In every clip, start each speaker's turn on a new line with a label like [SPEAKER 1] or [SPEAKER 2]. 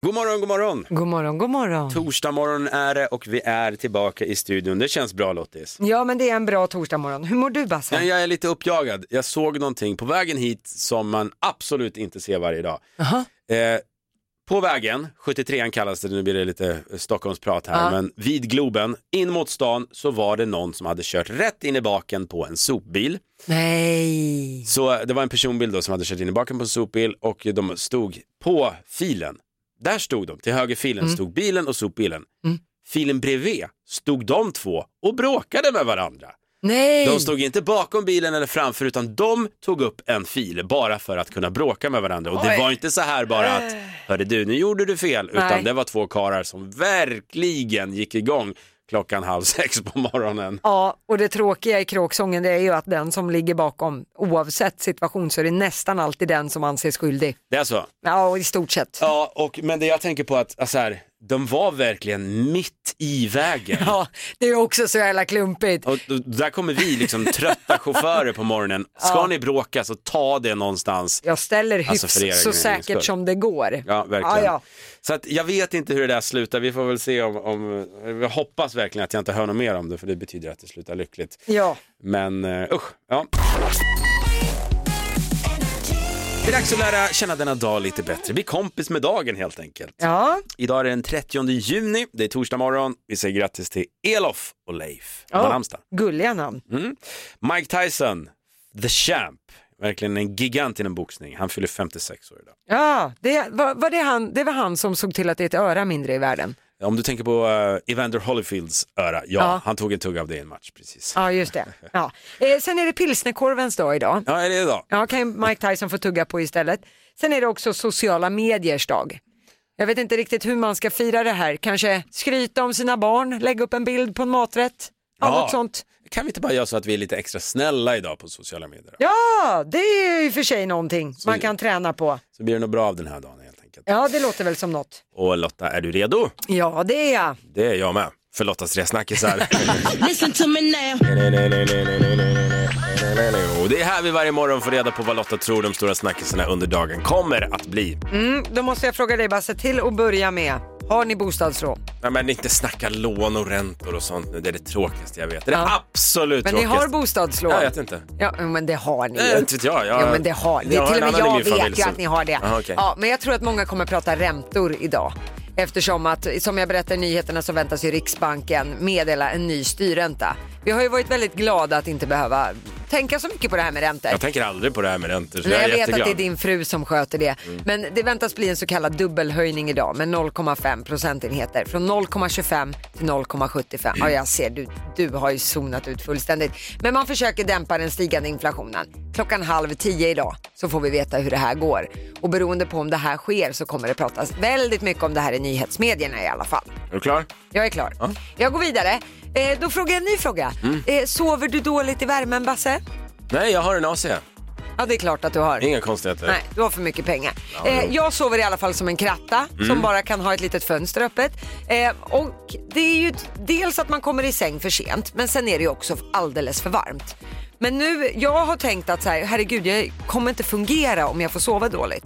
[SPEAKER 1] God morgon, god morgon!
[SPEAKER 2] God morgon, god morgon.
[SPEAKER 1] Torsdag morgon är det och vi är tillbaka i studion. Det känns bra Lottis.
[SPEAKER 2] Ja, men det är en bra torsdagmorgon. Hur mår du Basse?
[SPEAKER 1] Men jag är lite uppjagad. Jag såg någonting på vägen hit som man absolut inte ser varje dag. Eh, på vägen, 73an kallas det, nu blir det lite eh, Stockholmsprat här, men vid Globen, in mot stan så var det någon som hade kört rätt in i baken på en sopbil.
[SPEAKER 2] Nej.
[SPEAKER 1] Så det var en personbil då som hade kört in i baken på en sopbil och de stod på filen. Där stod de, till höger filen stod bilen och sopbilen. Filen bredvid stod de två och bråkade med varandra.
[SPEAKER 2] Nej.
[SPEAKER 1] De stod inte bakom bilen eller framför utan de tog upp en fil bara för att kunna bråka med varandra. Och det var inte så här bara att, hörde du, nu gjorde du fel, utan
[SPEAKER 2] Nej.
[SPEAKER 1] det var två karar som verkligen gick igång klockan halv sex på morgonen.
[SPEAKER 2] Ja, och det tråkiga i kråksången det är ju att den som ligger bakom, oavsett situation, så är det nästan alltid den som anses skyldig.
[SPEAKER 1] Det är så?
[SPEAKER 2] Ja, och i stort sett.
[SPEAKER 1] Ja, och, men det jag tänker på att alltså här, de var verkligen mitt i vägen.
[SPEAKER 2] Ja, det är också så jävla klumpigt.
[SPEAKER 1] Och d- där kommer vi liksom trötta chaufförer på morgonen. Ska ni bråka så ta det någonstans.
[SPEAKER 2] Jag ställer hyfs
[SPEAKER 1] Alltså, för er
[SPEAKER 2] så
[SPEAKER 1] egen skull.
[SPEAKER 2] säkert som det går.
[SPEAKER 1] Ja, verkligen.
[SPEAKER 2] Ja, ja.
[SPEAKER 1] Så att jag vet inte hur det där slutar. Vi får väl se om, om... Jag hoppas verkligen att jag inte hör något mer om det, för det betyder att det slutar lyckligt.
[SPEAKER 2] Ja.
[SPEAKER 1] Men uh, usch, ja. Det är dags att lära känna denna dag lite bättre. Bli kompis med dagen helt enkelt.
[SPEAKER 2] Ja,
[SPEAKER 1] Idag är det den 30 juni, det är torsdag morgon. Vi säger grattis till Elof och Leif. De har
[SPEAKER 2] Ja.
[SPEAKER 1] namnsdag.
[SPEAKER 2] gulliga namn.
[SPEAKER 1] Mm. Mike Tyson, the champ. Verkligen en gigant inom boxning. Han fyller 56 år idag.
[SPEAKER 2] Ja, det var, var det, han, det var han som såg till att det är ett öra mindre i världen.
[SPEAKER 1] Om du tänker på eh, Evander Holyfields öra, ja,
[SPEAKER 2] Ja.
[SPEAKER 1] han tog en tugga av det i en match precis. Ja,
[SPEAKER 2] Ja, just det. Ja. Eh, sen är det pilsnerkorvens dag idag.
[SPEAKER 1] är det idag?
[SPEAKER 2] Ja, kan ju Mike Tyson få tugga på istället. Sen är det också sociala mediers dag. Jag vet inte riktigt hur man ska fira det här. Kanske skryta om sina barn, lägga upp en bild på en maträtt. Ja,
[SPEAKER 1] Ja.
[SPEAKER 2] Något sånt.
[SPEAKER 1] Kan vi inte bara göra så att vi är lite extra snälla idag på sociala medier? då?
[SPEAKER 2] Ja, det är ju i och för sig någonting man kan träna på.
[SPEAKER 1] Så blir det nog bra av den här dagen helt enkelt.
[SPEAKER 2] Ja, det låter väl som något.
[SPEAKER 1] Och Lotta, är du redo?
[SPEAKER 2] Ja, det är jag.
[SPEAKER 1] Det är jag med. För Lottas tre snackisar.
[SPEAKER 3] Listen to me now.
[SPEAKER 1] Och det är här vi varje morgon får reda på vad Lotta tror de stora snackisarna under dagen kommer att bli.
[SPEAKER 2] Mm, då måste jag fråga dig Basse, till att börja med. Har ni bostadsrån?
[SPEAKER 1] Nej men inte snacka lån och räntor och sånt nu, det är det tråkigaste jag vet. Det är det
[SPEAKER 2] Ja.
[SPEAKER 1] absolut
[SPEAKER 2] Men ni
[SPEAKER 1] tråkigaste.
[SPEAKER 2] har bostadslån?
[SPEAKER 1] Jag vet inte.
[SPEAKER 2] Ja, men det har ni
[SPEAKER 1] Nej,
[SPEAKER 2] ju.
[SPEAKER 1] inte vet jag. Jag-
[SPEAKER 2] Jo, men det har ni.
[SPEAKER 1] jag har
[SPEAKER 2] Till
[SPEAKER 1] en
[SPEAKER 2] och med
[SPEAKER 1] annan i min
[SPEAKER 2] jag
[SPEAKER 1] familj
[SPEAKER 2] vet ju
[SPEAKER 1] som-
[SPEAKER 2] att ni har det.
[SPEAKER 1] Aha, okej.
[SPEAKER 2] ja, men jag tror att många kommer prata räntor idag. Eftersom att, som jag berättade i nyheterna, så väntas ju Riksbanken meddela en ny styrränta. Vi har ju varit väldigt glada att inte behöva tänka så mycket på det här med räntor.
[SPEAKER 1] Jag tänker aldrig på det här med räntor så
[SPEAKER 2] Nej,
[SPEAKER 1] jag är
[SPEAKER 2] jag vet att
[SPEAKER 1] jätteglad. Mm.
[SPEAKER 2] det är din fru som sköter det. Men det väntas bli en så kallad dubbelhöjning idag med 0,5 procentenheter. Från 0,25 till 0,75. Ja, jag ser, du, du har ju zonat ut fullständigt. Men man försöker dämpa den stigande inflationen. Klockan halv tio idag så får vi veta hur det här går. Och beroende på om det här sker så kommer det pratas väldigt mycket om det här i nyhetsmedierna i alla fall.
[SPEAKER 1] Är du klar?
[SPEAKER 2] Jag är klar. Jag går vidare. Eh, då frågar jag en ny fråga.
[SPEAKER 1] Mm.
[SPEAKER 2] Eh, sover du dåligt i värmen, Basse?
[SPEAKER 1] Nej, jag har en AC.
[SPEAKER 2] Ja, det är klart att du har.
[SPEAKER 1] Inga konstigheter.
[SPEAKER 2] Nej, du har för mycket pengar. eh, jag sover i alla fall som en kratta som bara kan ha ett litet fönster öppet. Eh, och det är ju dels att man kommer i säng för sent, men sen är det ju också alldeles för varmt. Men nu, jag har tänkt att så här, herregud, jag kommer inte fungera om jag får sova dåligt.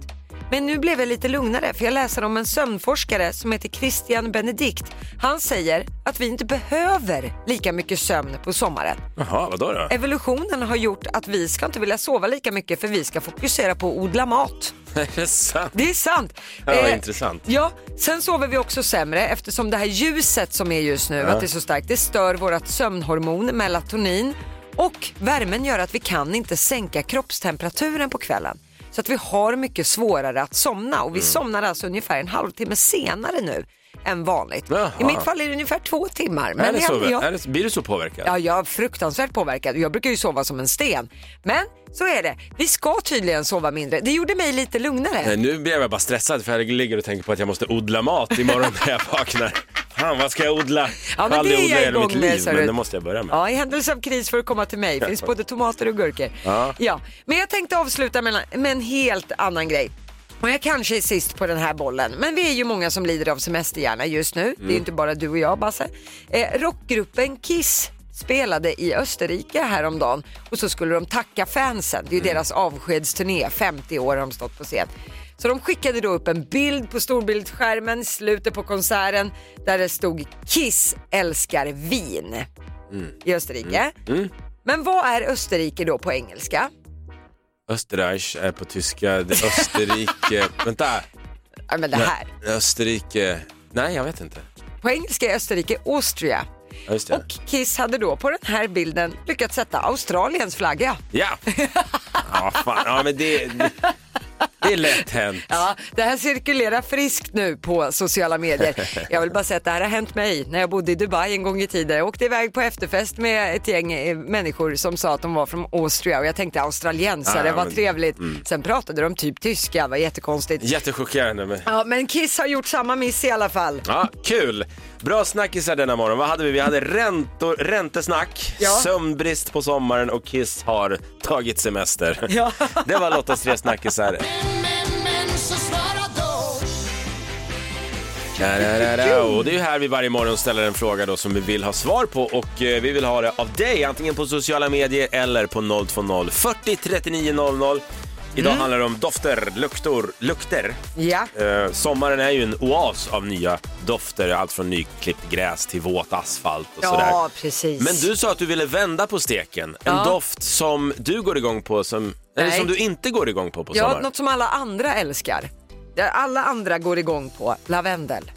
[SPEAKER 2] Men nu blev jag lite lugnare för jag läser om en sömnforskare som heter Christian Benedikt. Han säger att vi inte behöver lika mycket sömn på sommaren.
[SPEAKER 1] Jaha, vadå då?
[SPEAKER 2] Evolutionen har gjort att vi ska inte vilja sova lika mycket för vi ska fokusera på att odla mat.
[SPEAKER 1] Är det sant?
[SPEAKER 2] Det är sant. Eh,
[SPEAKER 1] Ja, intressant.
[SPEAKER 2] Ja, sen sover vi också sämre eftersom det här ljuset som är just nu, att det är så starkt, det stör vårt sömnhormon melatonin och värmen gör att vi kan inte sänka kroppstemperaturen på kvällen. Så att vi har mycket svårare att somna
[SPEAKER 1] Mm.
[SPEAKER 2] och vi somnar alltså ungefär en halvtimme senare nu än vanligt.
[SPEAKER 1] Jaha.
[SPEAKER 2] I mitt fall är det ungefär två timmar.
[SPEAKER 1] är det
[SPEAKER 2] jag-
[SPEAKER 1] så?
[SPEAKER 2] jag-
[SPEAKER 1] Är det, blir du så påverkad?
[SPEAKER 2] Ja, jag är fruktansvärt påverkad. Jag brukar ju sova som en sten. Men så är det. Vi ska tydligen sova mindre. Det gjorde mig lite lugnare.
[SPEAKER 1] Nej, nu blev jag bara stressad för jag ligger och tänker på att jag måste odla mat imorgon när jag vaknar. Fan vad ska jag odla?
[SPEAKER 2] Ja, men
[SPEAKER 1] Jag har
[SPEAKER 2] det är
[SPEAKER 1] aldrig odlat
[SPEAKER 2] jag
[SPEAKER 1] i hela mitt
[SPEAKER 2] igång med,
[SPEAKER 1] liv,
[SPEAKER 2] sa du.
[SPEAKER 1] men det måste jag börja med.
[SPEAKER 2] Ja, i händelse av kris får du komma till mig. Finns både tomater och gurkor.
[SPEAKER 1] Ja.
[SPEAKER 2] Ja. Men jag tänkte avsluta med en, med en helt annan grej. Och jag kanske är sist på den här bollen, men vi är ju många som lider av semesterhjärna just nu. Det är ju inte bara du och jag, Basse. Eh, rockgruppen Kiss spelade i Österrike häromdagen och så skulle de tacka fansen. Det är ju deras avskedsturné, 50 år har de stått på scen. Så de skickade då upp en bild på storbildsskärmen i slutet på konserten där det stod Kiss älskar vin i Österrike.
[SPEAKER 1] Mm.
[SPEAKER 2] Men vad är Österrike då på engelska?
[SPEAKER 1] Österreich är på tyska, det är Österrike... Vänta!
[SPEAKER 2] Ja, men det här.
[SPEAKER 1] Österrike... Nej, jag vet inte.
[SPEAKER 2] På engelska är Österrike Austria.
[SPEAKER 1] Ja, just det.
[SPEAKER 2] Och Kiss hade då på den här bilden lyckats sätta Australiens flagga.
[SPEAKER 1] Ja! Ja, fan. Ja, men det... Det, det är lätt hänt.
[SPEAKER 2] Ja, det här cirkulerar friskt nu på sociala medier. Jag vill bara säga att det här har hänt mig när jag bodde i Dubai en gång i tiden. Jag åkte iväg på efterfest med ett gäng eh, människor som sa att de var från Austria och jag tänkte australiensare,
[SPEAKER 1] Ah, Ja,
[SPEAKER 2] vad
[SPEAKER 1] men- mm.
[SPEAKER 2] trevligt. Sen pratade de typ tyska, det var jättekonstigt.
[SPEAKER 1] Jättechockerande. Men...
[SPEAKER 2] Ja, men Kiss har gjort samma miss i alla fall.
[SPEAKER 1] Ja, kul! Bra snackisar denna morgon. Vad hade vi? Vi hade räntor, räntesnack,
[SPEAKER 2] Ja.
[SPEAKER 1] sömnbrist på sommaren och Kiss har tagit semester.
[SPEAKER 2] Ja.
[SPEAKER 1] Det var Lottas tre snackisar. Da-da-da-da. Och det är ju här vi varje morgon ställer en fråga då som vi vill ha svar på och eh, vi vill ha det av dig antingen på sociala medier eller på 020 40 39 00. Idag handlar det om dofter, luktor, lukter.
[SPEAKER 2] Mm. Ja.
[SPEAKER 1] Eh, sommaren är ju en oas av nya dofter, allt från nyklippt gräs till våt asfalt och
[SPEAKER 2] Ja,
[SPEAKER 1] sådär.
[SPEAKER 2] precis.
[SPEAKER 1] Men du sa att du ville vända på steken. En
[SPEAKER 2] Ja.
[SPEAKER 1] doft som du går igång på, som, eller
[SPEAKER 2] Nej.
[SPEAKER 1] som du inte går igång på på
[SPEAKER 2] Ja,
[SPEAKER 1] sommaren.
[SPEAKER 2] något som alla andra älskar. Det alla andra går igång på, lavendel.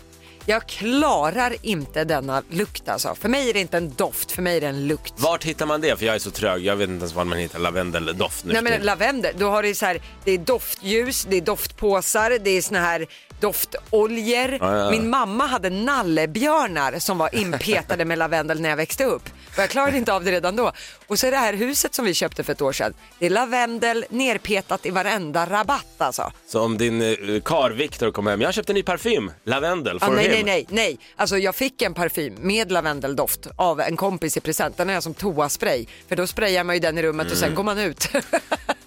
[SPEAKER 2] Jag klarar inte denna lukt alltså. För mig är det inte en doft, för mig är det en lukt.
[SPEAKER 1] Vart hittar man det? För jag är så trög, jag vet inte ens var man hittar lavendeldoft nu
[SPEAKER 2] Nej
[SPEAKER 1] för
[SPEAKER 2] men
[SPEAKER 1] tiden.
[SPEAKER 2] lavendel, då har det ju så här, det är doftljus, det är doftpåsar, det är såna här doftoljor.
[SPEAKER 1] ja, ja.
[SPEAKER 2] Min mamma hade nallebjörnar som var inpetade med lavendel när jag växte upp. Och jag klarade inte av det redan då. Och så är det här huset som vi köpte för ett år sedan, det är lavendel nerpetat i varenda rabatt alltså.
[SPEAKER 1] Så om din eh, kar Viktor kommer hem, jag har köpt en ny parfym, lavendel,
[SPEAKER 2] Ah,
[SPEAKER 1] for
[SPEAKER 2] nej,
[SPEAKER 1] him.
[SPEAKER 2] nej, nej, nej. Alltså jag fick en parfym med lavendeldoft av en kompis i present. Den har jag som toaspray. För då sprayar man ju den i rummet och sen
[SPEAKER 1] Mm.
[SPEAKER 2] går man ut.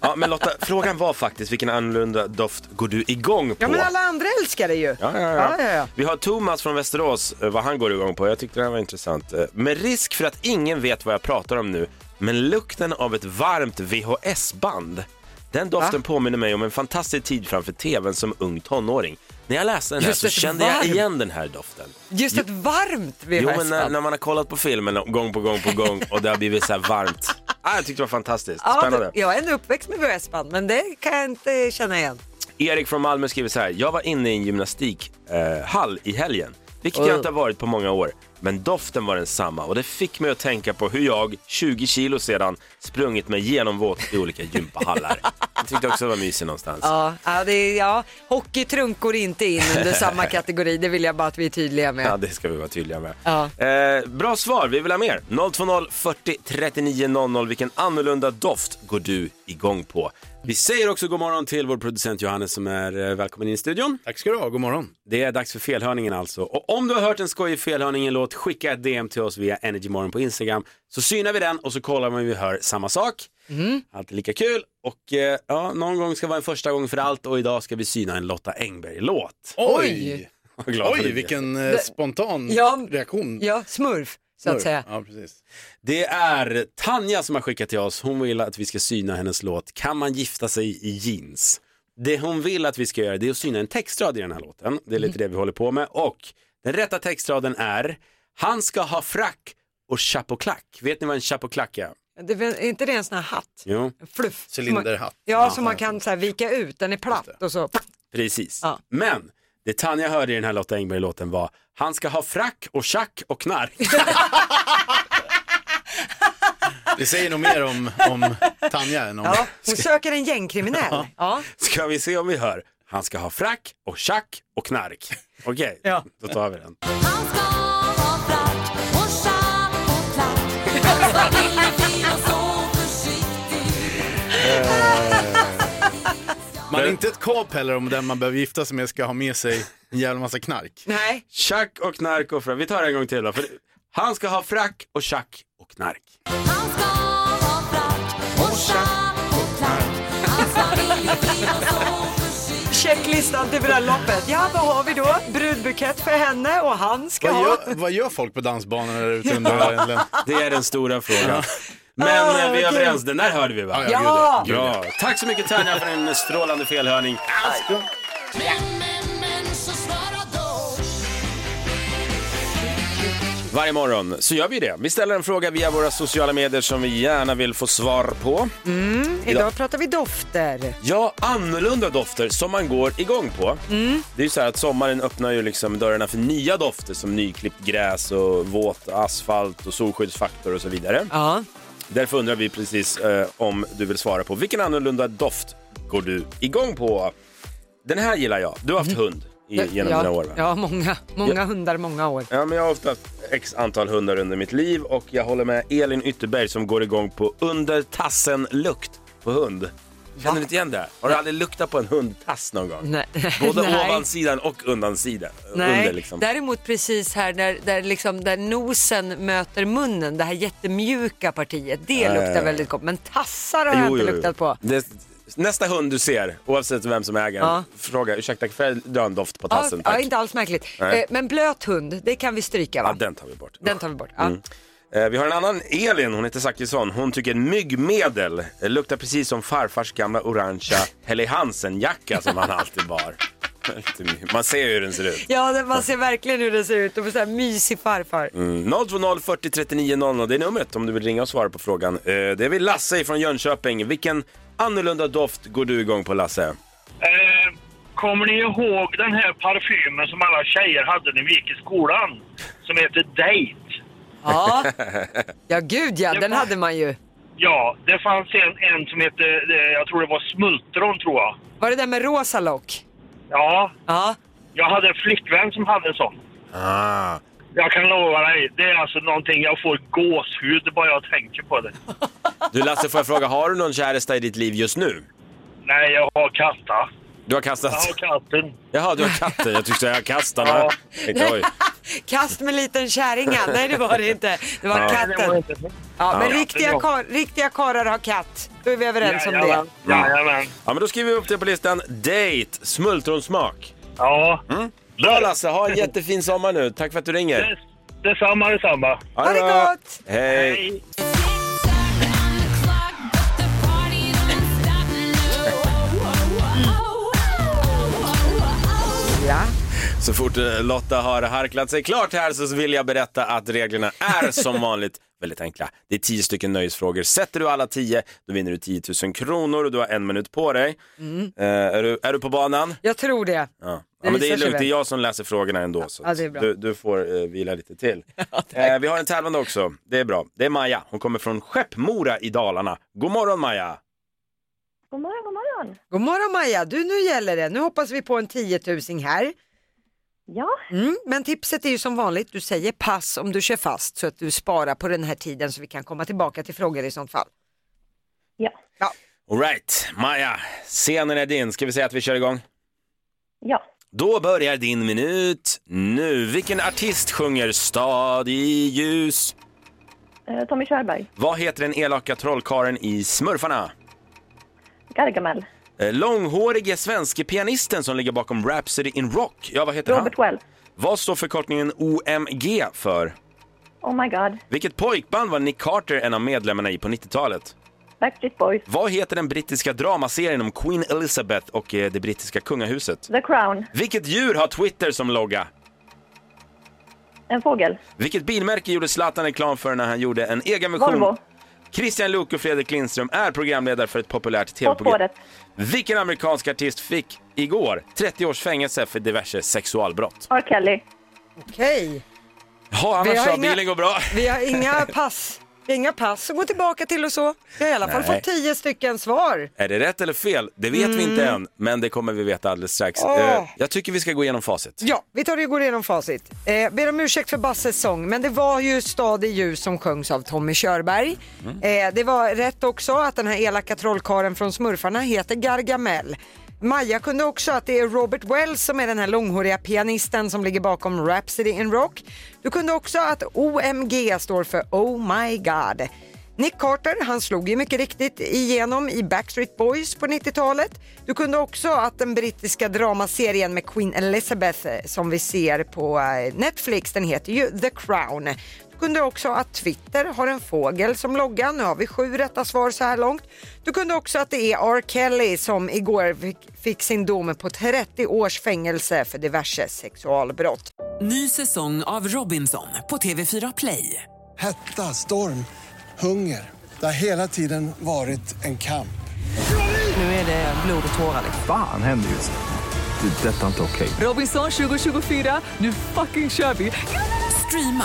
[SPEAKER 1] Ja, men Lotta, frågan var faktiskt vilken annorlunda doft går du igång på?
[SPEAKER 2] ja men alla andra älskar det ju.
[SPEAKER 1] Ja, ja, ja. Vi har Thomas från Västerås, eh, vad han går igång på. Jag tyckte det här var intressant. Eh, Med risk för att ingen vet vad jag pratar om nu, men lukten av ett varmt VHS-band. Den doften påminner mig om en fantastisk tid framför tvn som ung tonåring. När jag läste den här
[SPEAKER 2] Just
[SPEAKER 1] så
[SPEAKER 2] ett
[SPEAKER 1] kände jag
[SPEAKER 2] varmt-
[SPEAKER 1] igen den här doften.
[SPEAKER 2] Just ett varmt
[SPEAKER 1] Jo, men när,
[SPEAKER 2] VHS-band.
[SPEAKER 1] när man har kollat på filmen gång på gång på gång och det har blivit så här varmt. Ah, jag tyckte det var fantastiskt. Spännande.
[SPEAKER 2] jag är en uppväxt med VHS-band men det kan jag inte känna igen.
[SPEAKER 1] Erik från Malmö skriver så här. Jag var inne i en gymnastikhall eh, hall i helgen, vilket jag inte har varit på många år. Men doften var densamma och det fick mig att tänka på hur jag, 20 kilo sedan, sprungit mig genomvåt i olika gympahallar. Jag tyckte också det var mysigt någonstans.
[SPEAKER 2] Ja, ja, det är, ja. Hockeytrunk går inte in under samma kategori, det vill jag bara att vi är tydliga med.
[SPEAKER 1] Ja, det ska vi vara tydliga med.
[SPEAKER 2] Ja.
[SPEAKER 1] Eh, bra svar, vi vill ha mer. 020 40 39 00. Vilken annorlunda doft går du igång på?
[SPEAKER 4] Vi säger också god morgon till vår producent Johannes som är eh, välkommen in i studion.
[SPEAKER 5] Tack ska du ha, god morgon.
[SPEAKER 4] Det är dags för felhörningen alltså. Och om du har hört en skojig felhörningen-låt, skicka ett DM till oss via Energymorgon på Instagram. Så synar vi den och så kollar vi om vi hör samma sak. Alltid lika kul. Och eh, ja, någon gång ska vara en första gång för allt och idag ska vi syna en Lotta Engberg-låt.
[SPEAKER 2] Oj!
[SPEAKER 4] Vad glad för
[SPEAKER 5] Oj,
[SPEAKER 4] det.
[SPEAKER 5] vilken eh, spontan
[SPEAKER 2] Ja.
[SPEAKER 5] reaktion.
[SPEAKER 2] Ja, smurf så att säga.
[SPEAKER 5] Ja, precis.
[SPEAKER 4] Det är Tanja som har skickat till oss. Hon vill att vi ska syna hennes låt Kan man gifta sig i jeans? Det hon vill att vi ska göra det är att syna en textrad i den här låten. Det är
[SPEAKER 2] Mhm.
[SPEAKER 4] lite det vi håller på med. Och den rätta textraden är Han ska ha frack och chapoklack. Vet ni vad en chapoklack är?
[SPEAKER 2] Det är väl- är inte det en sån här hatt?
[SPEAKER 4] Jo,
[SPEAKER 2] Fluff.
[SPEAKER 5] Cylinderhatt.
[SPEAKER 2] Ja, som man kan så här vika ut, den är platt och så.
[SPEAKER 4] precis.
[SPEAKER 2] Ja.
[SPEAKER 4] Men det Tanja hörde i den här Lotta Engberg-låten var Han ska ha frack och tjack och knark.
[SPEAKER 5] Det säger nog mer om, om Tanja än om...
[SPEAKER 2] Ja, hon söker en gängkriminell. Ja.
[SPEAKER 4] Ska vi se om vi hör Han ska ha frack och tjack och knark. Okej, då tar vi den.
[SPEAKER 5] Man är inte ett kap heller om den man behöver gifta sig med ska ha med sig en jävla massa knark.
[SPEAKER 2] Nej.
[SPEAKER 4] Tjack och knark och frack. Vi tar det en gång till då. För han ska ha frack och tjack och knark.
[SPEAKER 2] Checklistan till bröllopet. Ja, vad har vi då? Brudbukett för henne och han ska
[SPEAKER 5] Vad
[SPEAKER 2] ha.
[SPEAKER 5] gör, vad gör folk på dansbanorna där ute undrar jag egentligen?
[SPEAKER 4] Det är den stora frågan. Men eh, vi är överens, den där hörde vi va?
[SPEAKER 5] gud,
[SPEAKER 2] Ja.
[SPEAKER 5] gud,
[SPEAKER 4] Bra. Tack så mycket Tanja för en strålande felhörning.
[SPEAKER 1] Varje morgon så gör vi det. Vi ställer en fråga via våra sociala medier som vi gärna vill få svar på.
[SPEAKER 2] Idag pratar vi dofter.
[SPEAKER 1] Ja, annorlunda dofter som man går igång på. Det är ju så här att sommaren öppnar ju liksom dörrarna för nya dofter som nyklippt gräs och våt asfalt och solskyddsfaktor och så vidare.
[SPEAKER 2] Ja.
[SPEAKER 1] Därför undrar vi precis eh, om du vill svara på vilken annorlunda doft går du igång på? Den här gillar jag. Du har haft hund i, genom
[SPEAKER 2] ja.
[SPEAKER 1] dina år va?
[SPEAKER 2] Ja, många, många hundar, många år.
[SPEAKER 1] Ja, men jag har ofta haft x antal hundar under mitt liv och jag håller med Elin Ytterberg som går igång på under tassen lukt på hund. Känner du inte igen det? Har du aldrig luktat på en hundtass någon gång?
[SPEAKER 2] Nej.
[SPEAKER 1] Både
[SPEAKER 2] Nej.
[SPEAKER 1] ovansidan och undansidan.
[SPEAKER 2] Nej,
[SPEAKER 1] Under liksom.
[SPEAKER 2] däremot precis här där, där, liksom, där nosen möter munnen, det här jättemjuka partiet, det luktar väldigt gott. Men tassar har jag
[SPEAKER 1] Jo,
[SPEAKER 2] inte
[SPEAKER 1] jo, jo.
[SPEAKER 2] luktat på.
[SPEAKER 1] Det, nästa hund du ser, oavsett vem som äger den,
[SPEAKER 2] Ja.
[SPEAKER 1] fråga ursäkta, får jag dra en doft på
[SPEAKER 2] Ja,
[SPEAKER 1] tassen
[SPEAKER 2] ja,
[SPEAKER 1] tack?
[SPEAKER 2] inte alls märkligt.
[SPEAKER 1] Nej.
[SPEAKER 2] Eh, Men blöt hund, det kan vi stryka
[SPEAKER 1] Ja,
[SPEAKER 2] va?
[SPEAKER 1] den tar vi bort.
[SPEAKER 2] Den tar vi bort. Ja.
[SPEAKER 1] Eh, Vi har en annan Elin, hon heter Zachrisson. Hon tycker myggmedel eh, luktar precis som farfars gamla orangea Helly Hansen-jacka som han alltid bar. Man ser ju hur den ser ut.
[SPEAKER 2] Ja, det- man ser verkligen hur det ser ut. De är så här mysig farfar.
[SPEAKER 1] Mm, 020 40 39 00, det är numret om du vill ringa och svara på frågan. Eh, Det är vi Lasse från Jönköping. Vilken annorlunda doft går du igång på Lasse?
[SPEAKER 6] Eh, kommer ni ihåg den här parfymen som alla tjejer hade när vi gick i skolan? Som heter Date.
[SPEAKER 2] Ja. ja, gud ja, den hade man ju.
[SPEAKER 6] Ja, det fanns en, en som hette, eh, jag tror det var Smultron tror jag.
[SPEAKER 2] Var det där med rosa lock?
[SPEAKER 6] Ja,
[SPEAKER 2] Ja.
[SPEAKER 6] jag hade en flickvän som hade en sån.
[SPEAKER 1] Ah.
[SPEAKER 6] Jag kan lova dig, det är alltså någonting jag får gåshud bara jag tänker på det.
[SPEAKER 1] Du Lasse, får jag fråga, har du någon käresta i ditt liv just nu?
[SPEAKER 6] Nej, jag har katta.
[SPEAKER 1] Du har
[SPEAKER 6] Jag
[SPEAKER 1] kastat?
[SPEAKER 6] har katten.
[SPEAKER 1] Jaha, du har katten. Jag tyckte jag har kastarna.
[SPEAKER 6] Ja.
[SPEAKER 1] Tänkte, oj.
[SPEAKER 2] Kast med liten kärringa. Nej, det var det inte. Det var
[SPEAKER 6] Nej, det var
[SPEAKER 2] katten.
[SPEAKER 6] inte-
[SPEAKER 2] Ja, men
[SPEAKER 6] Ja.
[SPEAKER 2] riktiga, kar- riktiga karar har katt. Då är vi överens om det.
[SPEAKER 6] Jajamän. Jajamän.
[SPEAKER 1] Ja, men då skriver vi upp det på listan. Date, smultronsmak.
[SPEAKER 6] Ja.
[SPEAKER 1] Bra Mm. Lasse, ha en jättefin sommar nu. Tack för att du ringer.
[SPEAKER 6] Des- Detsamma, detsamma.
[SPEAKER 2] Ha det
[SPEAKER 1] bra.
[SPEAKER 2] gott!
[SPEAKER 1] Hej!
[SPEAKER 6] Hej.
[SPEAKER 2] Ja.
[SPEAKER 1] Så fort eh, Lotta har harklat sig klart här så vill jag berätta att reglerna är som vanligt väldigt enkla. Det är tio stycken nöjesfrågor. Sätter du alla tio, då vinner du 10 000 kronor och du har en minut på dig. Eh, är, du, är du på banan?
[SPEAKER 2] Jag tror det.
[SPEAKER 1] Ja.
[SPEAKER 2] Mm. Det
[SPEAKER 1] ja, men det
[SPEAKER 2] visar
[SPEAKER 1] är
[SPEAKER 2] sig
[SPEAKER 1] lugnt, det
[SPEAKER 2] väl.
[SPEAKER 1] är jag som läser frågorna ändå. Så
[SPEAKER 2] Ja, det är bra.
[SPEAKER 1] Du, du får eh, vila lite till. eh, vi har en tävlande också, det är bra. Det är Maja, hon kommer från Skeppmora i Dalarna. God morgon Maja!
[SPEAKER 7] God morgon, god morgon.
[SPEAKER 2] God morgon Maja, du nu gäller det. Nu hoppas vi på en 10 000 här.
[SPEAKER 7] Ja,
[SPEAKER 2] Mm. Men tipset är ju som vanligt, du säger pass om du kör fast så att du sparar på den här tiden så vi kan komma tillbaka till frågor i sånt fall.
[SPEAKER 7] ja,
[SPEAKER 1] Alright, Maja, scenen är din. Ska vi säga att vi kör igång?
[SPEAKER 7] ja.
[SPEAKER 1] Då börjar din minut nu. Vilken artist sjunger Stad i ljus?
[SPEAKER 7] Eh, Tommy Körberg,
[SPEAKER 1] Vad heter den elaka trollkaren i Smurfarna?
[SPEAKER 7] Gargamel,
[SPEAKER 1] Eh, Långhårige svenske pianisten som ligger bakom Rhapsody in Rock. Ja, vad heter
[SPEAKER 7] Robert
[SPEAKER 1] han?
[SPEAKER 7] Well.
[SPEAKER 1] Vad står förkortningen OMG för?
[SPEAKER 7] Oh my god.
[SPEAKER 1] Vilket pojkband var Nick Carter en av medlemmarna i på 90-talet?
[SPEAKER 7] Backstreet Boys,
[SPEAKER 1] Vad heter den brittiska dramaserien om Queen Elizabeth och eh, det brittiska kungahuset?
[SPEAKER 7] The Crown,
[SPEAKER 1] Vilket djur har Twitter som logga?
[SPEAKER 7] En fågel,
[SPEAKER 1] Vilket bilmärke gjorde Zlatan reklam för när han gjorde en egen version?
[SPEAKER 7] Volvo.
[SPEAKER 1] Christian Luuk och Fredrik Lindström är programledare för ett populärt
[SPEAKER 7] På
[SPEAKER 1] tv-program.
[SPEAKER 7] spåret.
[SPEAKER 1] Vilken amerikansk artist fick igår 30 års fängelse för diverse sexualbrott?
[SPEAKER 7] R. Kelly.
[SPEAKER 2] Okej,
[SPEAKER 1] Ja,
[SPEAKER 2] Vi
[SPEAKER 1] annars
[SPEAKER 2] har
[SPEAKER 1] så,
[SPEAKER 2] inga-
[SPEAKER 1] bilen går bra.
[SPEAKER 2] vi har inga pass Jag har inga pass att gå tillbaka till och så. Jag har i alla fall
[SPEAKER 1] Nej.
[SPEAKER 2] fått tio stycken svar.
[SPEAKER 1] Är det rätt eller fel? Det vet vi
[SPEAKER 8] Mm.
[SPEAKER 1] inte än, men det kommer vi veta alldeles strax.
[SPEAKER 2] Åh.
[SPEAKER 1] Eh, Jag tycker vi ska gå igenom facit.
[SPEAKER 2] Ja, vi tar och går igenom facit. Eh, ber om ursäkt för Basses sång, men det var ju Stad i ljus som sjöngs av Tommy Körberg. Eh, det var rätt också att den här elaka trollkaren från Smurfarna heter Gargamel. Maja kunde också att det är Robert Wells som är den här långhåriga pianisten som ligger bakom Rhapsody in Rock. Du kunde också att OMG står för Oh My God. Nick Carter, han slog ju mycket riktigt igenom i Backstreet Boys på 90-talet. Du kunde också att den brittiska dramaserien med Queen Elizabeth eh, som vi ser på eh, Netflix, den heter ju The Crown. Du kunde också att Twitter har en fågel som logga. Nu har vi sju rätta svar så här långt. Du kunde också att det är R. Kelly som igår fick, fick sin dom på 30 års fängelse för diverse sexualbrott.
[SPEAKER 9] Ny säsong av Robinson på TV4 Play.
[SPEAKER 10] Hetta, storm, hunger. Det har hela tiden varit en kamp.
[SPEAKER 9] Nu är det blod och tårar. liksom.
[SPEAKER 8] Fan händer just nu. Det. är Detta är inte okej.
[SPEAKER 9] Robinson 2024, nu fucking kör vi! Streama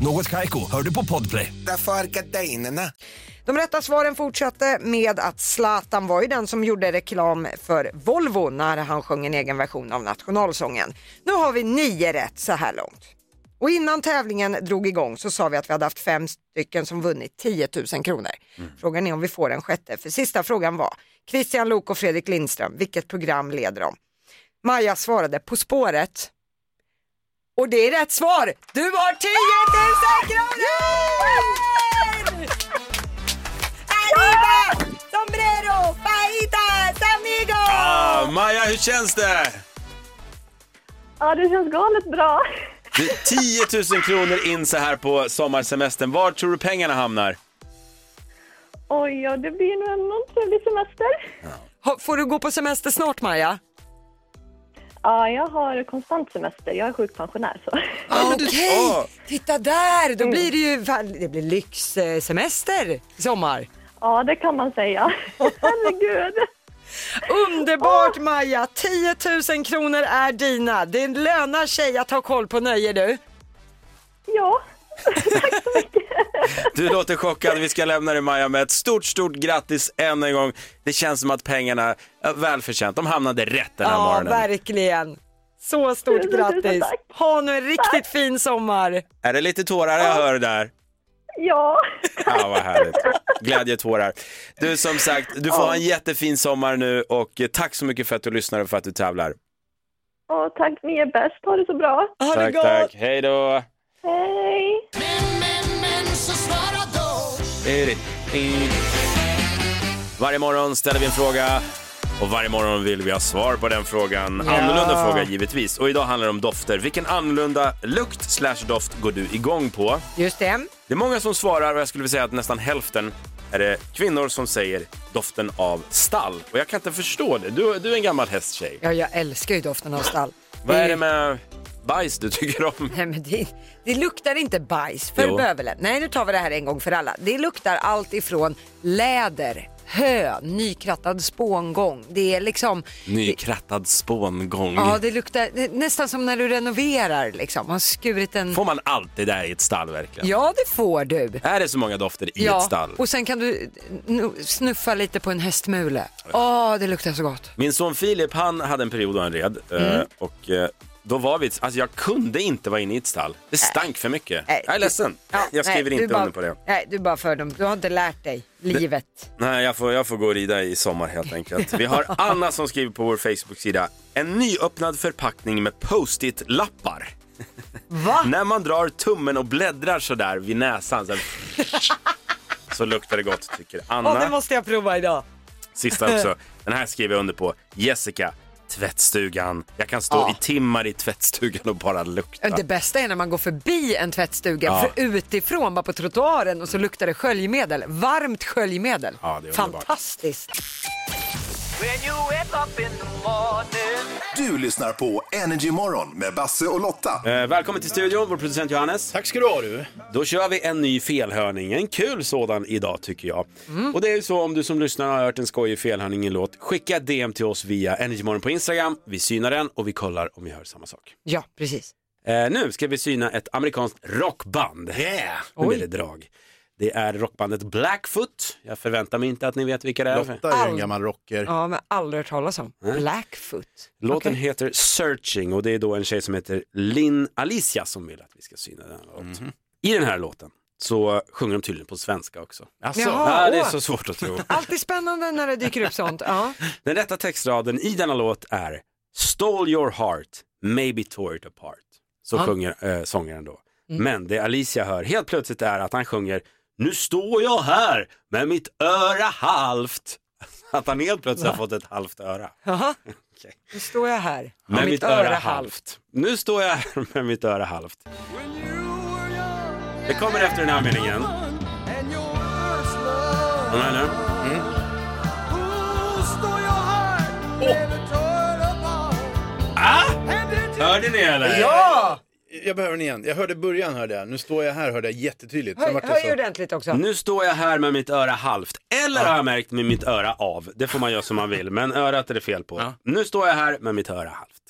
[SPEAKER 8] Något Kaiko, hör du på Podplay.
[SPEAKER 11] Därför är gardinerna.
[SPEAKER 2] De rätta svaren fortsatte med att Zlatan var ju den som gjorde reklam för Volvo när han sjöng en egen version av nationalsången. Nu har vi nio rätt så här långt. Och innan tävlingen drog igång så sa vi att vi hade haft fem stycken som vunnit 10 000 kronor. Frågan är om vi får en sjätte, för sista frågan var Christian Lok och Fredrik Lindström, vilket program leder de? Maja svarade På spåret. Och det är rätt svar! Du har 10 000 kronor! Arriba! Sombrero! Fajitas! Amigos!
[SPEAKER 1] Ah, Maja, hur känns det?
[SPEAKER 7] Ja, det känns galet bra.
[SPEAKER 1] Du, 10 000 kronor in så här på sommarsemestern. Var tror du pengarna hamnar?
[SPEAKER 7] Oj, ja, det blir nog någon trevlig semester.
[SPEAKER 2] Ha- Får du gå på semester snart Maja?
[SPEAKER 7] Ja, jag har konstant semester. Jag är sjukpensionär så.
[SPEAKER 2] Okej, titta där! Då blir det ju va- det blir lyxsemester i sommar.
[SPEAKER 7] Ja, det kan man säga. Herregud.
[SPEAKER 2] Underbart Maja! 10 000 kronor är dina. Det lönar sig att ha koll på nöje du.
[SPEAKER 7] Ja,
[SPEAKER 1] Du låter chockad. Vi ska lämna dig Maja med ett stort, stort grattis än en gång. Det känns som att pengarna, är välförtjänt, de hamnade rätt den här
[SPEAKER 2] Ja,
[SPEAKER 1] morgonen.
[SPEAKER 2] verkligen. Så stort
[SPEAKER 7] Tusen, tusen
[SPEAKER 2] grattis!
[SPEAKER 7] tack.
[SPEAKER 2] Ha nu en riktigt fin sommar!
[SPEAKER 1] Är det lite tårar jag hör där?
[SPEAKER 7] ja.
[SPEAKER 1] Ja, vad härligt. Glädjetårar. Du, som sagt, du får ha en jättefin sommar nu och eh, tack så mycket för att du lyssnar och för att du tävlar.
[SPEAKER 7] Och tack, ni är bäst. Ha det så bra.
[SPEAKER 2] Ha det
[SPEAKER 1] Tack,
[SPEAKER 2] gott!
[SPEAKER 1] tack. Hej då.
[SPEAKER 7] Hej!
[SPEAKER 1] Varje morgon ställer vi en fråga och varje morgon vill vi ha svar på den frågan. Annorlunda fråga givetvis. Och idag handlar det om dofter. Vilken annorlunda lukt slash doft går du igång på?
[SPEAKER 2] Just det.
[SPEAKER 1] Det är många som svarar och jag skulle vilja säga att nästan hälften är det kvinnor som säger doften av stall. Och jag kan inte förstå det. Du, du är en gammal hästtjej.
[SPEAKER 2] Ja, jag älskar ju doften av stall.
[SPEAKER 1] Vad är det med bajs du tycker om?
[SPEAKER 2] Nej, men det, det luktar inte bajs för
[SPEAKER 1] Jo.
[SPEAKER 2] bövelen. Nej, nu tar vi det här en gång för alla. Det luktar allt ifrån läder, hö, nykrattad spångång. Det är liksom,
[SPEAKER 1] Nykrattad spångång.
[SPEAKER 2] ja det luktar det är nästan som när du renoverar liksom. Man har skurit en...
[SPEAKER 1] Får man allt det där i ett stall verkligen?
[SPEAKER 2] Ja, det får du.
[SPEAKER 1] Är det så många dofter i ett
[SPEAKER 2] Ja,
[SPEAKER 1] stall?
[SPEAKER 2] och sen kan du nu- snuffa lite på en hästmule. Åh, det luktar så gott.
[SPEAKER 1] Min son Filip han hade en period då han red
[SPEAKER 2] Mm.
[SPEAKER 1] eh, och eh, då var vi, alltså jag kunde inte vara inne i ett stall. Det stank för mycket.
[SPEAKER 2] Nej,
[SPEAKER 1] jag är
[SPEAKER 2] du-
[SPEAKER 1] ledsen.
[SPEAKER 2] Ja,
[SPEAKER 1] jag skriver
[SPEAKER 2] nej, du
[SPEAKER 1] inte
[SPEAKER 2] bara-
[SPEAKER 1] under på det.
[SPEAKER 2] Nej, du är bara fördom. Du har inte lärt dig livet.
[SPEAKER 1] Nej, jag får, jag får gå och rida i sommar helt enkelt. Vi har Anna som skriver på vår Facebook-sida. En nyöppnad förpackning med post-it-lappar.
[SPEAKER 2] Va?
[SPEAKER 1] När man drar tummen och bläddrar sådär vid näsan så, så luktar det gott tycker
[SPEAKER 2] Åh, det
[SPEAKER 1] Anna.
[SPEAKER 2] måste jag prova idag.
[SPEAKER 1] Sista också. Den här skriver jag under på. Jessica. tvättstugan. Jag kan stå
[SPEAKER 2] Ja. Äh,
[SPEAKER 1] i timmar i tvättstugan och bara lukta.
[SPEAKER 2] Det bästa är när man går förbi en tvättstuga
[SPEAKER 1] Ja.
[SPEAKER 2] för utifrån, bara på trottoaren och så luktar det sköljmedel. Varmt sköljmedel.
[SPEAKER 1] Ja, det är underbart.
[SPEAKER 2] Fantastiskt.
[SPEAKER 12] Du lyssnar på Energy Morgon med Basse och Lotta.
[SPEAKER 4] Eh, välkommen till studion, vår producent Johannes.
[SPEAKER 5] Tack ska du ha du.
[SPEAKER 4] Då kör vi en ny felhörning, en kul sådan idag tycker jag.
[SPEAKER 2] Mm.
[SPEAKER 4] Och det är ju så om du som lyssnar har hört en skojig felhörning i en låt, skicka ett DM till oss via Energymorgon på Instagram, vi synar den och vi kollar om vi hör samma sak.
[SPEAKER 2] Ja, precis.
[SPEAKER 4] Eh, nu ska vi syna ett amerikanskt rockband. Yeah. Nu blir det drag. Det är rockbandet Blackfoot. Jag förväntar mig inte att ni vet vilka det är.
[SPEAKER 2] Lotta är ju en All- gammal
[SPEAKER 4] rocker.
[SPEAKER 2] Ja, men aldrig hört talas om. Blackfoot.
[SPEAKER 4] Låten heter Searching och det är då en tjej som heter Linn Alicia som vill att vi ska syna den här låten.
[SPEAKER 2] Mhm.
[SPEAKER 4] I den här låten så sjunger de tydligen på svenska också.
[SPEAKER 2] Jaså? Jaha,
[SPEAKER 4] ja, det är
[SPEAKER 2] åh.
[SPEAKER 4] så svårt att tro.
[SPEAKER 2] Alltid spännande när det dyker upp sånt. Ja.
[SPEAKER 4] Den rätta textraden i denna låt är Stole your heart, maybe tore it apart. Så
[SPEAKER 2] Ja.
[SPEAKER 4] sjunger eh, sångaren då.
[SPEAKER 2] Mm.
[SPEAKER 4] Men det Alicia hör helt plötsligt är att han sjunger Nu står jag här med mitt öra halvt. Att han helt plötsligt har fått ett halvt öra.
[SPEAKER 2] Jaha. Nu står jag här.
[SPEAKER 4] Med mitt, öra, halvt. Nu står jag här med mitt öra halvt. Det kommer efter den här meningen. Är ni med nu? Mm. Ah! Hörde ni eller?
[SPEAKER 2] Ja!
[SPEAKER 5] Jag behöver den igen. Jag hörde början hörde jag. Nu står jag här hörde jag jättetydligt. Sen
[SPEAKER 2] Höj,
[SPEAKER 5] vart jag
[SPEAKER 2] höj
[SPEAKER 5] så-
[SPEAKER 2] ordentligt också.
[SPEAKER 1] Mm.
[SPEAKER 4] Nu står jag här med mitt öra halvt. Eller har jag märkt med mitt öra av. Det får man göra som man vill. Men örat är det fel på. Nu står jag här med mitt öra halvt.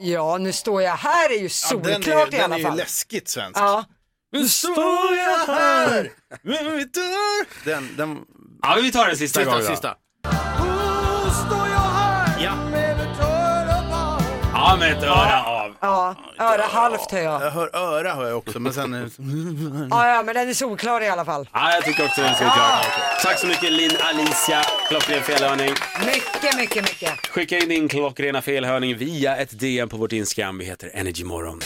[SPEAKER 2] Ja, nu står jag här är ju
[SPEAKER 5] den
[SPEAKER 2] solklart
[SPEAKER 5] är,
[SPEAKER 2] i
[SPEAKER 5] den
[SPEAKER 2] alla
[SPEAKER 5] är ju
[SPEAKER 2] fall.
[SPEAKER 5] läskigt svensk.
[SPEAKER 2] Ja.
[SPEAKER 4] Nu står jag här med mitt öra...
[SPEAKER 5] Den, den...
[SPEAKER 4] Ja, vi tar den sista
[SPEAKER 5] sista,
[SPEAKER 4] gången då.
[SPEAKER 5] Sista.
[SPEAKER 4] Ja, med ett öra av.
[SPEAKER 2] Ja, öra halvt hör jag.
[SPEAKER 5] Jag hör öra hör jag också, men sen...
[SPEAKER 2] Ja, ja, men den är solklar i alla fall.
[SPEAKER 4] Ja, jag tycker också den ska vara klar. Tack så mycket Linn Alicia. Klockren felhörning.
[SPEAKER 2] Mycket, mycket, mycket.
[SPEAKER 4] Skicka in din klockrena felhörning via ett DM på vårt Instagram. Vi heter Energymorgon.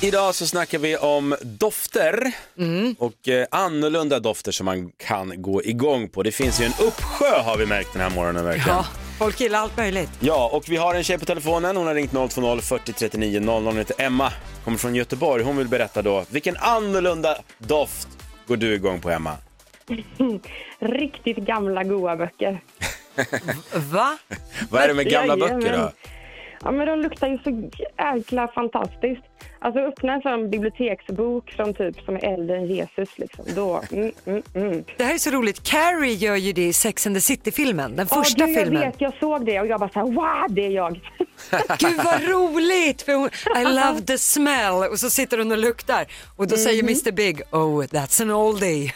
[SPEAKER 4] Idag så snackar vi om dofter
[SPEAKER 2] Mm.
[SPEAKER 1] och eh, annorlunda dofter som man kan gå igång på. Det finns ju en uppsjö har vi märkt den här morgonen verkligen.
[SPEAKER 2] Ja, folk gillar allt möjligt.
[SPEAKER 1] Ja, och vi har en tjej på telefonen. Hon har ringt 020 40 39 00. Hon heter Emma, kommer från Göteborg. Hon vill berätta då, vilken annorlunda doft går du igång på Emma?
[SPEAKER 13] Riktigt gamla goa böcker.
[SPEAKER 2] Va?
[SPEAKER 1] Vad är det med gamla
[SPEAKER 13] Jajamän.
[SPEAKER 1] böcker då?
[SPEAKER 13] Ja, men de luktar ju så jäkla fantastiskt. Alltså öppna en sån biblioteksbok som typ som är äldre än Jesus liksom. Då, mm, mm, mm.
[SPEAKER 2] Det här är så roligt. Carrie gör ju det i Sex and the City-filmen, den första
[SPEAKER 13] ja, du, jag
[SPEAKER 2] filmen.
[SPEAKER 13] Vet, jag såg det och jag bara så här, wow, det är jag.
[SPEAKER 2] Gud vad roligt! För hon, I love the smell. Och så sitter hon och luktar. Och då säger
[SPEAKER 13] Mhm.
[SPEAKER 2] Mr Big, oh that's an oldie.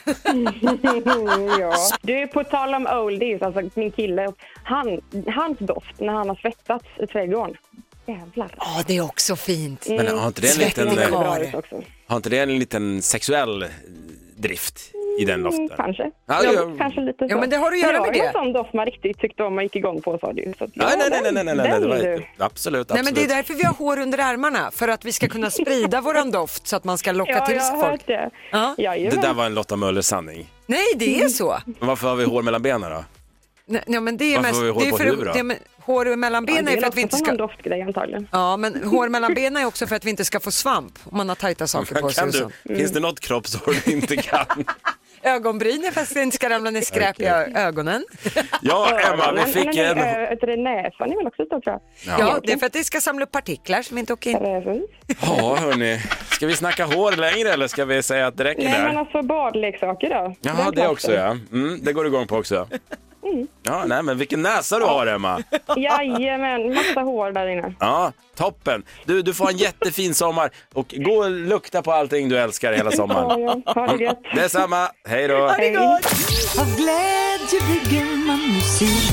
[SPEAKER 13] ja. Du, på tal om oldies, alltså min kille, han, hans doft när han har svettats i trädgården. Jävlar.
[SPEAKER 2] Ja, det är också fint.
[SPEAKER 1] Men har inte det en
[SPEAKER 13] Svetten
[SPEAKER 1] liten,
[SPEAKER 13] ser bra
[SPEAKER 1] eh,
[SPEAKER 13] ut också.
[SPEAKER 1] Har inte det en liten sexuell eh, drift i den doften?
[SPEAKER 13] Mm, kanske.
[SPEAKER 1] Ja,
[SPEAKER 13] Ja,
[SPEAKER 1] jag-
[SPEAKER 13] kanske lite så.
[SPEAKER 2] Ja, men det har att göra
[SPEAKER 13] Men
[SPEAKER 2] med
[SPEAKER 13] det. var
[SPEAKER 2] det.
[SPEAKER 13] en sån doft man riktigt tyckte om och gick igång på sa du. Så att,
[SPEAKER 1] Nej,
[SPEAKER 13] ja,
[SPEAKER 1] nej, nej, nej,
[SPEAKER 13] den-
[SPEAKER 1] nej, nej, nej,
[SPEAKER 13] den,
[SPEAKER 1] det var
[SPEAKER 13] du.
[SPEAKER 1] inte... Absolut, absolut.
[SPEAKER 2] Nej men det är därför vi har hår under armarna, för att vi ska kunna sprida våran doft så att man ska locka
[SPEAKER 13] Ja,
[SPEAKER 2] till
[SPEAKER 13] jag
[SPEAKER 2] sig
[SPEAKER 13] har
[SPEAKER 2] folk.
[SPEAKER 13] hört det.
[SPEAKER 2] Ja.
[SPEAKER 1] Det där var en Lotta Möller-sanning.
[SPEAKER 2] Nej det är så.
[SPEAKER 1] Men Varför har vi hår mellan benen då?
[SPEAKER 2] Nej, nej, men det är
[SPEAKER 1] Varför
[SPEAKER 2] mest,
[SPEAKER 1] har vi hår
[SPEAKER 2] det är
[SPEAKER 1] på
[SPEAKER 2] för,
[SPEAKER 1] huvudet då?
[SPEAKER 2] det är med, hår mellan
[SPEAKER 13] Ja,
[SPEAKER 2] benen
[SPEAKER 13] det
[SPEAKER 2] är för att vi inte
[SPEAKER 13] Det är väl
[SPEAKER 2] ska...
[SPEAKER 13] också en doftgrej antagligen.
[SPEAKER 2] Ja men hår mellan benen är också för att vi inte ska få svamp om man har tajta saker på sig
[SPEAKER 1] Kan
[SPEAKER 2] och
[SPEAKER 1] du,
[SPEAKER 2] sånt.
[SPEAKER 1] finns det något kroppshår du inte kan?
[SPEAKER 2] Ögonbryn är för att det inte ska ramla ner skräp i ö- ögonen.
[SPEAKER 1] Ja, Emma,
[SPEAKER 13] Öronen,
[SPEAKER 1] vi fick
[SPEAKER 13] eller,
[SPEAKER 1] en...
[SPEAKER 13] eh, vet du det, näsan är väl också så tror jag.
[SPEAKER 2] Ja, det är för att det ska samla upp partiklar som inte åker in.
[SPEAKER 1] Ja, hörni. Ska vi snacka hår längre eller ska vi säga att det räcker
[SPEAKER 13] Nej, men
[SPEAKER 1] där?
[SPEAKER 13] alltså badleksaker då.
[SPEAKER 1] Jaha,
[SPEAKER 13] Den
[SPEAKER 1] det
[SPEAKER 13] klassen.
[SPEAKER 1] också ja. Mm, det går du igång på också.
[SPEAKER 13] Mm.
[SPEAKER 1] Ja, nej men vilken näsa du har Emma.
[SPEAKER 13] Jajamän, massa hår där inne.
[SPEAKER 1] Ja, toppen. Du, du får ha en jättefin sommar och gå och lukta på allting du älskar hela sommaren.
[SPEAKER 13] Ja, ja. Ha det gött.
[SPEAKER 1] Detsamma, hej då.
[SPEAKER 14] Av glädje bygger man musik.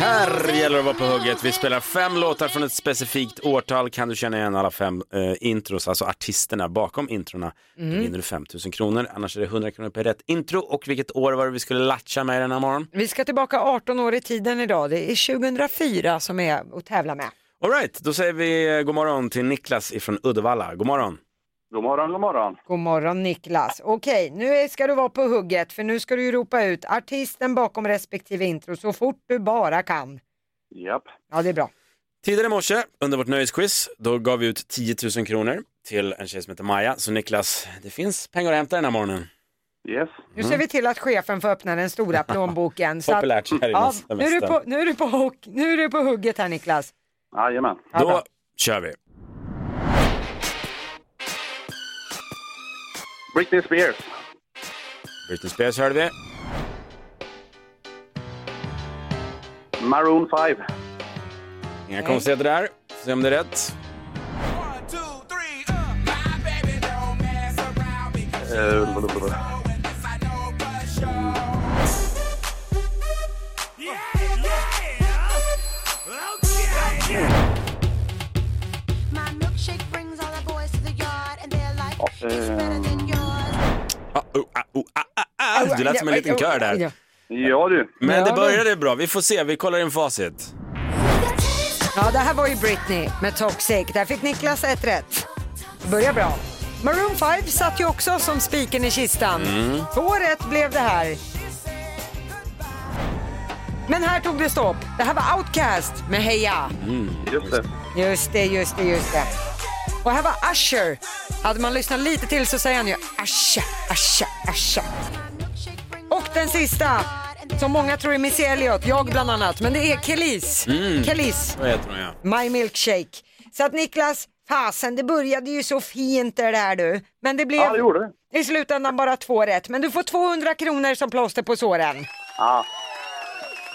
[SPEAKER 1] Här gäller det att vara på hugget. Vi spelar fem låtar från ett specifikt årtal. Kan du känna igen alla fem eh, intros, alltså artisterna bakom introna,
[SPEAKER 2] Mm.
[SPEAKER 1] då vinner du 5 000 kronor. Annars är det 100 kronor per rätt intro. Och vilket år var det vi skulle latcha med den här morgonen?
[SPEAKER 2] Vi ska tillbaka 18 år i tiden idag. Det är 2004 som är att tävla med.
[SPEAKER 1] All right, då säger vi eh, god morgon till Niklas ifrån Uddevalla. God morgon.
[SPEAKER 9] God morgon, god morgon.
[SPEAKER 2] God morgon Niklas. Okej, nu är- ska du vara på hugget för nu ska du ju ropa ut artisten bakom respektive intro så fort du bara kan.
[SPEAKER 9] Japp.
[SPEAKER 2] Ja, det är bra.
[SPEAKER 1] Tidigare i morse under vårt nöjesquiz, då gav vi ut 10 000 kronor till en tjej som heter Maja. Så Niklas, det finns pengar att hämta den här morgonen.
[SPEAKER 9] Yes.
[SPEAKER 2] Nu
[SPEAKER 1] Mm.
[SPEAKER 2] ser vi till att chefen får öppna den stora plånboken. så att-
[SPEAKER 1] Populärt här i
[SPEAKER 2] ja,
[SPEAKER 1] nästa
[SPEAKER 2] nu, är du
[SPEAKER 1] semester.
[SPEAKER 2] på, nu, är du på hock, nu är du på hugget här Niklas.
[SPEAKER 9] Jajamän.
[SPEAKER 1] Då kör vi.
[SPEAKER 9] Britney Spears.
[SPEAKER 1] Britney Spears hörde vi.
[SPEAKER 9] Maroon 5.
[SPEAKER 1] Inga konstigheter där. Se om det är rätt.
[SPEAKER 9] Eh, blablabla.
[SPEAKER 1] eh. oh, Ah, du lät som en liten kör där.
[SPEAKER 9] Ja du.
[SPEAKER 1] Men det började bra. Vi får se, vi kollar in facit.
[SPEAKER 2] Ja, det här var ju Britney med Toxic. Där fick Niklas ett rätt. Det börjar bra. Maroon 5 satt ju också som spiken i kistan.
[SPEAKER 1] Mm.
[SPEAKER 2] Två rätt blev det här. Men här tog det stopp. Det här var Outcast med Heja.
[SPEAKER 1] Mm.
[SPEAKER 9] Just det.
[SPEAKER 2] Just det, just det, just det. Och här var Usher. Hade man lyssnat lite till så säger han ju Asha, Asha, Asha. Och den sista, som många tror är Missy Elliot, jag bland annat, men det är Kelis.
[SPEAKER 1] Mm.
[SPEAKER 2] Kelis.
[SPEAKER 1] Vad heter hon ja.
[SPEAKER 2] My milkshake. Så att Niklas, fasen det började ju så fint det där du. Men det blev
[SPEAKER 9] Ja, det gjorde
[SPEAKER 2] i slutändan bara två rätt. Men du får 200 kronor som plåster på såren.
[SPEAKER 9] Ja.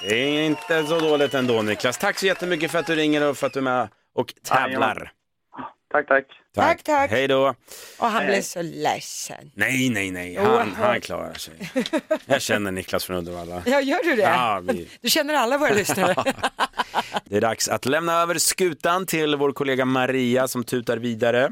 [SPEAKER 1] Det är inte så dåligt ändå Niklas. Tack så jättemycket för att du ringer och för att du är med och tävlar.
[SPEAKER 9] Tack, tack.
[SPEAKER 2] Tack, tack.
[SPEAKER 1] Hej då.
[SPEAKER 2] Och han blev så ledsen.
[SPEAKER 1] Nej, nej, nej.
[SPEAKER 2] Jo,
[SPEAKER 1] Han,
[SPEAKER 2] han-
[SPEAKER 1] han klarar sig. Jag känner Niklas från Uddevalla.
[SPEAKER 2] Ja, gör du det?
[SPEAKER 1] Ja, vi...
[SPEAKER 2] Du känner alla våra lyssnare.
[SPEAKER 1] Det är dags att lämna över skutan till vår kollega Maria som tutar vidare.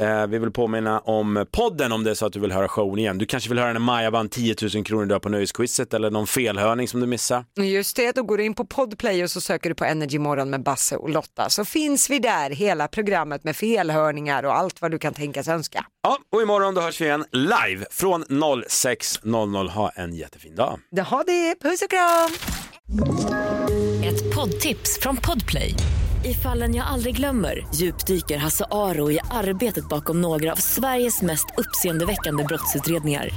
[SPEAKER 1] Eh, vi vill påminna om podden om det är så att du vill höra showen igen. Du kanske vill höra när Maja vann 10 000 kronor idag på nöjesquizet eller någon felhörning som du missade.
[SPEAKER 2] Just det, då går du in på Podplay och så söker du på Energy Morgon med Basse och Lotta. Så finns vi där, hela programmet med felhörningar och allt vad du kan tänkas önska.
[SPEAKER 1] Ja, och imorgon då hörs vi igen live från 06.00. Ha en jättefin dag.
[SPEAKER 2] Jaha det, puss och kram!
[SPEAKER 13] Ett poddtips från Podplay. I fallen jag aldrig glömmer djupdyker Hasse Aro i arbetet bakom några av Sveriges mest uppseendeväckande brottsutredningar.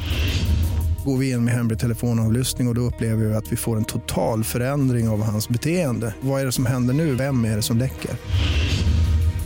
[SPEAKER 11] Går vi in med hemlig telefonavlyssning och, och då upplever vi att vi får en total förändring av hans beteende. Vad är det som händer nu? Vem är det som läcker?